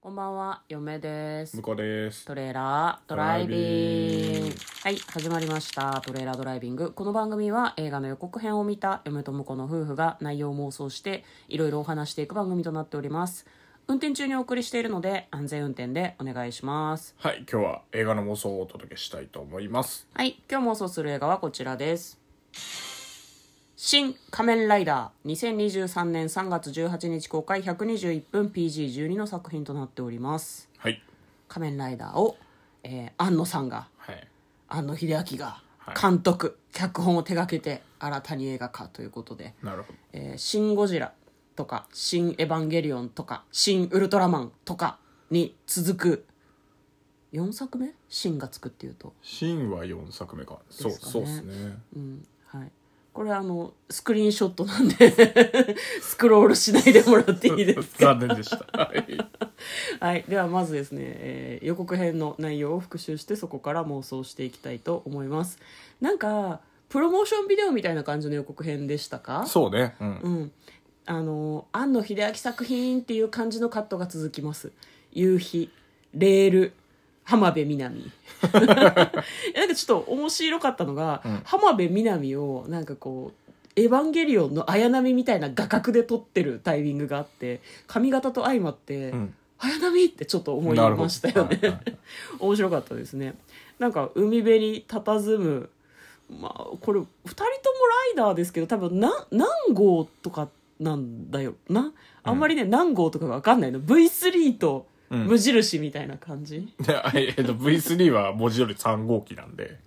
こんばんは、嫁です向。こうです。トレーラードライビンドライビグング。はい、始まりました。トレーラードライビング。この番組は映画の予告編を見た嫁と婿の夫婦が内容を妄想していろいろお話していく番組となっております。運転中にお送りしているので安全運転でお願いします。はい、今日は映画の妄想をお届けしたいと思います。はい、今日妄想する映画はこちらです。新仮面ライダー2023年3月18日公開121分 PG12 の作品となっております。はい。仮面ライダーを、えー、庵野さんがはい。庵野秀明がはい監督、脚本を手掛けて新たに映画化ということでなるほど。 「えーシン・ゴジラ」とか「シン・エヴァンゲリオン」とか「シン・ウルトラマン」とかに続く4作目「シン」がつくっていうと、シーンは4作目か。そう、ですかねそうですね。うんはい、これあのスクリーンショットなんで スクロールしないでもらっていいですか残念でした。はい。はい、ではまずですね、えー予告編の内容を復習してそこから妄想していきたいと思いますなんかプロモーションビデオみたいな感じの予告編でしたかそうね。うん。うんあの庵野秀明作品っていう感じのカットが続きます夕日レール浜辺美波 なんかちょっと面白かったのが、浜辺美波をなんかこう「エヴァンゲリオン」の綾波みたいな画角で撮ってるタイミングがあって髪型と相まって「ん綾波!」ってちょっと思いなるほどましたよね、はいはい面白かったですねなんか海辺に佇むまあこれ2人ともライダーですけど多分な何号とかなんだよなあんまりね、何号とかが分かんないの V3 とん無印みたいな感じ、ではいえっ と、V3 は文字より3号機なんで、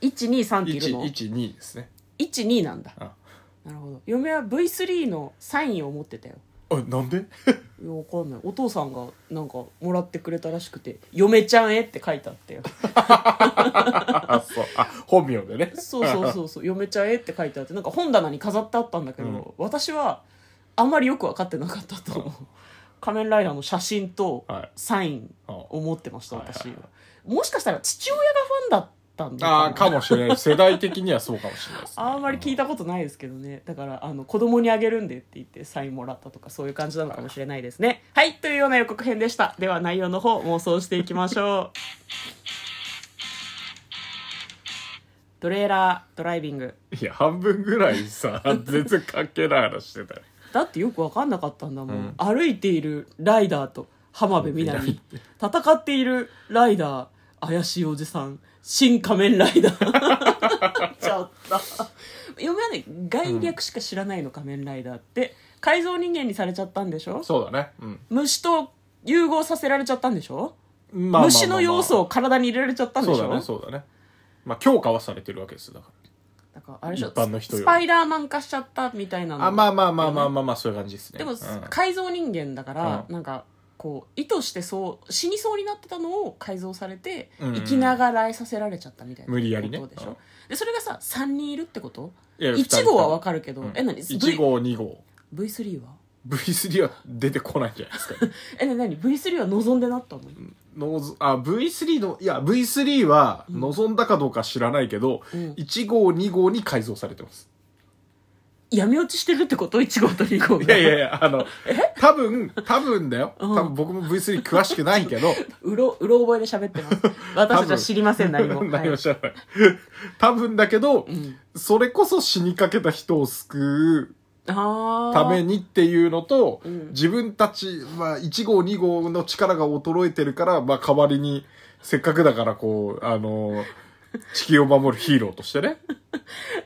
123っている1、の1、2ですね。 12なんだあ、なるほど嫁は V3 のサインを持ってたよあなんでいやわかんないお父さんがなんかもらってくれたらしくて「嫁ちゃんへ」って書いてあったよあ、そう。あ、本名でね。そうそうそうそう「嫁ちゃんへ」って書いてあってなんか本棚に飾ってあったんだけど、私はあんまりよく分かってなかったと思う仮面ライダーの写真とはいサインを持ってました、はい私はいははもしかしたら父親がファンだったんだああ、かかなもしれない。世代的にはそうかもしれないです、ね。あんまり聞いたことないですけどねだからあの子供にあげるんでって言ってサインもらったとかそういう感じなのかもしれないですねはいというような予告編でしたでは内容の方妄想していきましょうトレーラードライビングいや、半分ぐらい さ、全然関係ない話してたよ。だってよく分かんなかったんだもん、歩いているライダーと浜辺美波戦っているライダー怪しいおじさん新仮面ライダ ーちょっと嫁はね概略しか知らないの、仮面ライダーって改造人間にされちゃったんでしょそうだね。うん。虫と融合させられちゃったんでしょまあまあまあまあ虫の要素を体に入れられちゃったんでしょそうだねそうだねまあ強化はされてるわけですだかだからあれでしょ一般の人よスパイダーマン化しちゃったみたいなのらあまあまあまあまあまあまあそういう感じですねでも、うん改造人間だから、うなんかこう意図してそう死にそうになってたのを改造されて、うんうん生きながらえさせられちゃったみたいな無理やりねことでしうょんでそれがさ3人いるってこといや二人1号はわかるけど、うんえ何 ?1 号2号 V- V3 は V3 は出てこないんじゃないですか、ね、 え何何 V3 は望んでなったの、ノーズあ V3 のいや V3 は望んだかどうか知らないけど、うん1号2号に改造されてます闇落ちしてるってこと1号と2号がいやいやいやあの多分多分だよ、うん多分僕も V3 詳しくないけどうろうろ覚えで喋ってます 私たちは知りません何も何 はもい知らない多分だけど、うん、それこそ死にかけた人を救うああためにっていうのと、うん自分たち、まあ、1号2号の力が衰えてるから、まあ、代わりにせっかくだからこうあの地球を守るヒーロー としてね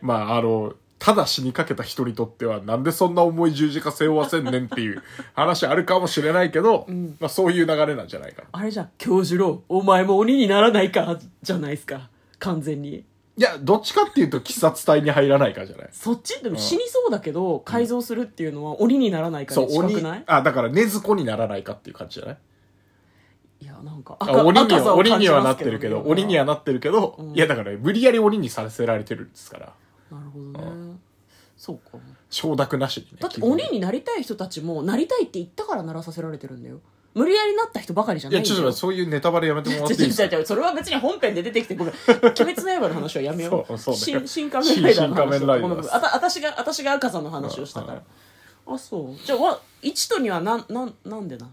まああのただ死にかけた人にとってはなんでそんな重い十字架背負わせんねんっていう話あるかもしれないけど、うんまあ、そういう流れなんじゃないかな。あれじゃん京次郎お前も鬼にならないかじゃないですか完全にいやどっちかっていうと鬼殺隊に入らないかじゃないそっちでも死にそうだけど、改造するっていうのは鬼にならないかそらう近く鬼ないあだから禰豆子にならないかっていう感じじゃないいやなんかあ赤鬼に赤さは、を鬼感にじはまなすってるけど、ね鬼にはなってるけど、うんいやだから、無理やり鬼にさせられてるんですから、なるほどね、そうか承諾なしにね。だって基本鬼になりたい人たちもなりたいって言ったからならさせられてるんだよ無理やりなった人ばかりじゃいないや、んだちょよっと待ってそういうネタバレやめてもらっていいです違うか違う違うそれは別に本編で出てき てごめん「鬼滅の刃」の話はやめようそうそうだよ新新仮面ライダーの新話仮面ライダごめーんごめんあた私が私が赤さんの話をしたから、あそうじゃあわ1と2はなんなんなんでな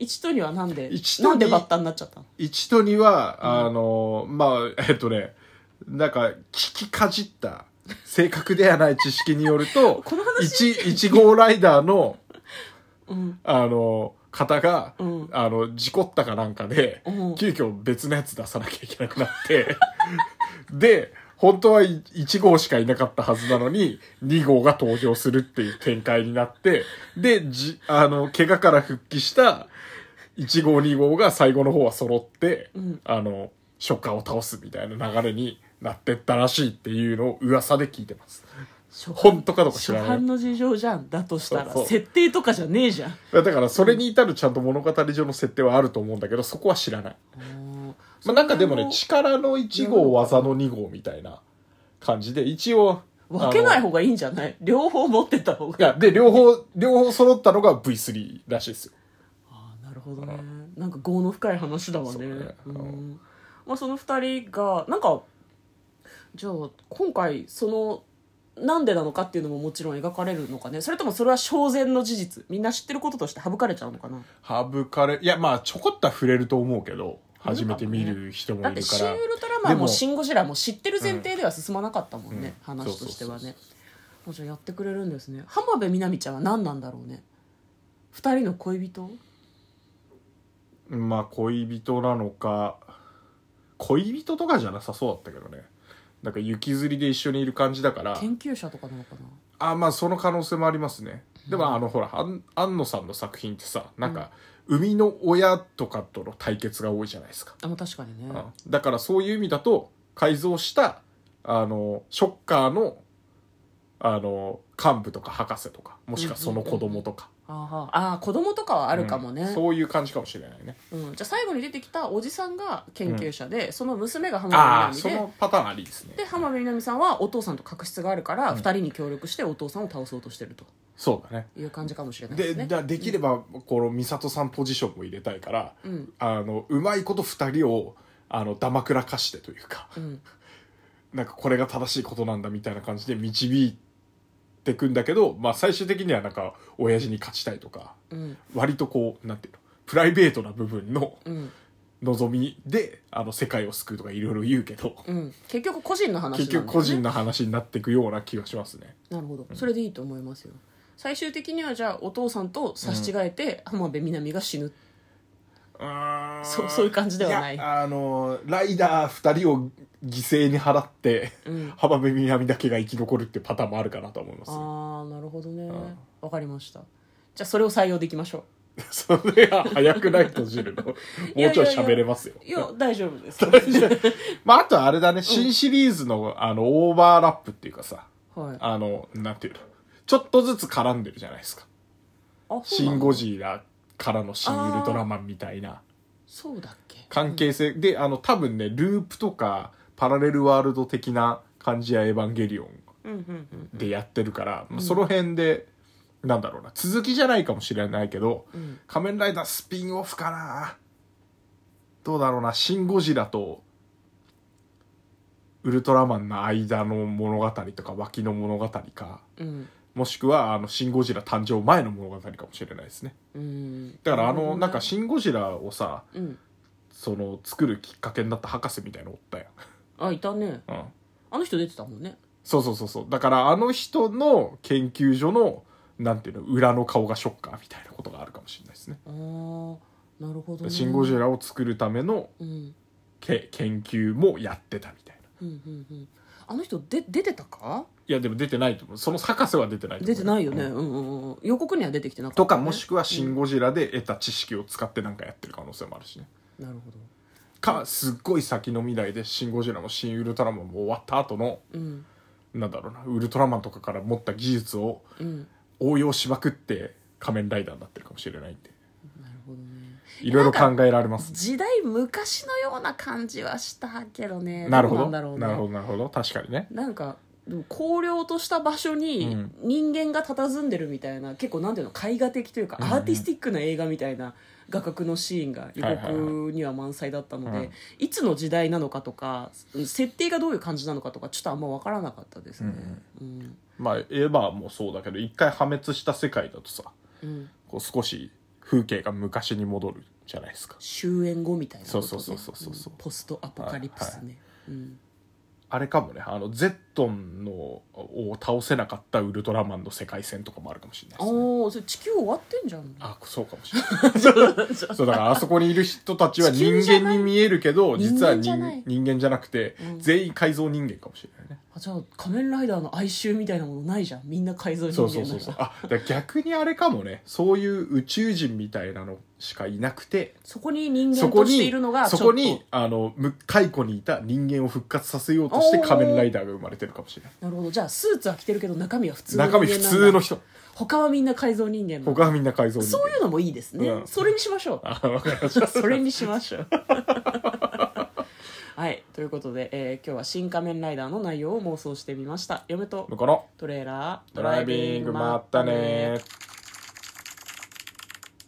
1と2はなんで1と2なんでバッタになっちゃったの1と2は、あの、まあ、えっとね、なんか、聞きかじった、正確ではない知識によると、この話1、1号ライダーの、うんあの、方が、うんあの、事故ったかなんかで、うん急遽別のやつ出さなきゃいけなくなって、 で、本当は1号しかいなかったはずなのに、2号が登場するっていう展開になって、で、じ、あの、怪我から復帰した1号2号が最後の方は揃って、うんあの、ショッカーを倒すみたいな流れになってったらしいっていうのを噂で聞いてます。初本当かどうか初知らない版。の事情じゃんだとしたらそうそう設定とかじゃねえじゃんだからそれに至るちゃんと物語上の設定はあると思うんだけどそこは知らない、まあ、なんかでもね力の1号技の2号みたいな感じで一応分けないあの方がいいんじゃない両方持ってた方いがやで両方両方揃ったのが V3 らしいですよあなるほどねなんか業の深い話だわそねうだねうんまあ、その2人がなんかじゃあ今回そのなんでなのかっていうのももちろん描かれるのかねそれともそれは正然の事実みんな知ってることとして省かれちゃうのかな省かれいやまあちょこっとは触れると思うけど初めて見る人もだっいて「るシかン・らウルトラマン」でも「もシン・ゴジラ」も知ってる前提では進まなかったもんね、うん話としてはそうそうねもうじゃあやってくれるんですね浜辺美波ちゃんは何なんだろうね二人の恋人まあ恋人なのか恋人とかじゃなさそうだったけどねなんか雪吊りで一緒にいる感じだから研究者とかなのかなあまあその可能性もありますねでもあのほら安安野さんの作品ってさなんか生みの親とかとの対決が多いじゃないですか、あもう確かにねうんだからそういう意味だと改造したあのショッカーのあの幹部とか博士とかもしくはその子供とか、あああー子供とかはあるかもね、うんそういう感じかもしれないねうんじゃあ最後に出てきたおじさんが研究者で、その娘が浜ああ辺そ美波のパターンありですねでで浜辺美波さんはお父さんと確執があるから二人に協力してお父さんを倒そうとしてるとそうだねいう感じかもしれないでですねだできればこの美里さんポジションも入れたいから、うんあのうまいこと2人をあのだまくらかしてというかうんなんかこれが正しいことなんだみたいな感じで導いてくんだけど、まあ、最終的にはなんか親父に勝ちたいとかうん割とこうなんていうのプライベートな部分のうん望みであの世界を救うとかいろいろ言うけど、うん、結局個人の話なんだよね結局個人の話になっていくような気がしますね。なるほどそれでいいと思いますよ最終的にはじゃあお父さんと差し違えて浜辺美波が死ぬ、そうそういう感じではないやあのライダー2人を犠牲に払って、うん浜辺美波だけが生き残るっていうパターンもあるかなと思いますああなるほどねんわかりましたじゃあそれを採用でいきましょ それは早くないと知るのもういやいやいやちょい喋れますよういや大丈夫です まああとあれだね新シリーズの,、あのオーバーラップっていうかさはいあのなんていうのちょっとずつ絡んでるじゃないですかあそ「うシなン・のゴジラ」からの「シン・ウルトラマン」みたいなそうだっけ関係性、であの多分ねループとかパラレルワールド的な感じや「エヴァンゲリオン」うんうんうんでやってるから、まあその辺で、なんだろうな続きじゃないかもしれないけど「ん仮面ライダースピンオフ」かなどうだろうな「シン・ゴジラ」と「ウルトラマン」の間の物語とか脇の物語かうんもしくは「あのシン・ゴジラ」誕生前の物語かもしれないですねうんだからあの、なんかか「シン・ゴジラ」をさうんその作るきっかけになった博士みたいのおったやん、あいたねうん、あの人出てたもんねそうそうそうそうだからあの人の研究所のなんていうの裏の顔がショッカーみたいなことがあるかもしれないですねああなるほどねシン・ゴジラを作るためのうんけ研究もやってたみたいなうんうんうんあの人で出てたかいやでも出てないと思うその博士は出てないと思出うてないよね、うんうんうんうん、予告には出てきてなかった、とね、かもしくは「シン・ゴジラ」で得た知識を使ってなんかやってる可能性もあるしねなるほどかすっごい先の未来で「シン・ゴジラ」も「シン・ウルトラマン」も終わった後のうんなんだろうなウルトラマンとかから持った技術をうん応用しまくって仮面ライダーになってるかもしれないんでなるほどねいろいろ考えられますね時代昔のような感じはしたけどねなるほうど。んだなろるうねほど、なるほど。確かにね。なんかでも荒涼とした場所にうん人間が佇んでるみたいな、結構なんていうの絵画的というか、うんうんアーティスティックな映画みたいな画角のシーンが予はいはい告には満載だったので、いうんつの時代なのかとか設定がどういう感じなのかとかちょっとあんま分からなかったですね。うんまあ、エヴァもそうだけど、一回破滅した世界だとさ、うんこう少し風景が昔に戻るじゃないですか終焉後みたいなこと、ね、そうそうそうそうそうポストアポカリプスね、うん、あれかもねあのゼットンのを倒せなかったウルトラマンの世界線とかもあるかもしれないですねおーそれ地球終わってんじゃんあそうかもしれ ないそうだからあそこにいる人たちは人間に見えるけど地球実はじ人ゃない人間じゃなくて、うん全員改造人間かもしれないねあじゃあ仮面ライダーの哀愁みたいなものないじゃんみんな改造人そう間そだうからそうそうあだから逆にあれかもねそういう宇宙人みたいなのしかいなくてそこに人そ間ことしていにるのがそこにあのむ太古にいた人間を復活させようとしておー仮面ライダーが生まれてるかもしれないなるほどじゃあスーツは着てるけど中身は普通の人中間身なんだ普通の人他はみんな改造人間なんだ他はみんな改造人間そういうのもいいですね、うんそれにしましょあわかりましうたそれにしましょう はいということで、えー今日は「新仮面ライダー」の内容を妄想してみました嫁とだからトレーラードドライビングまったね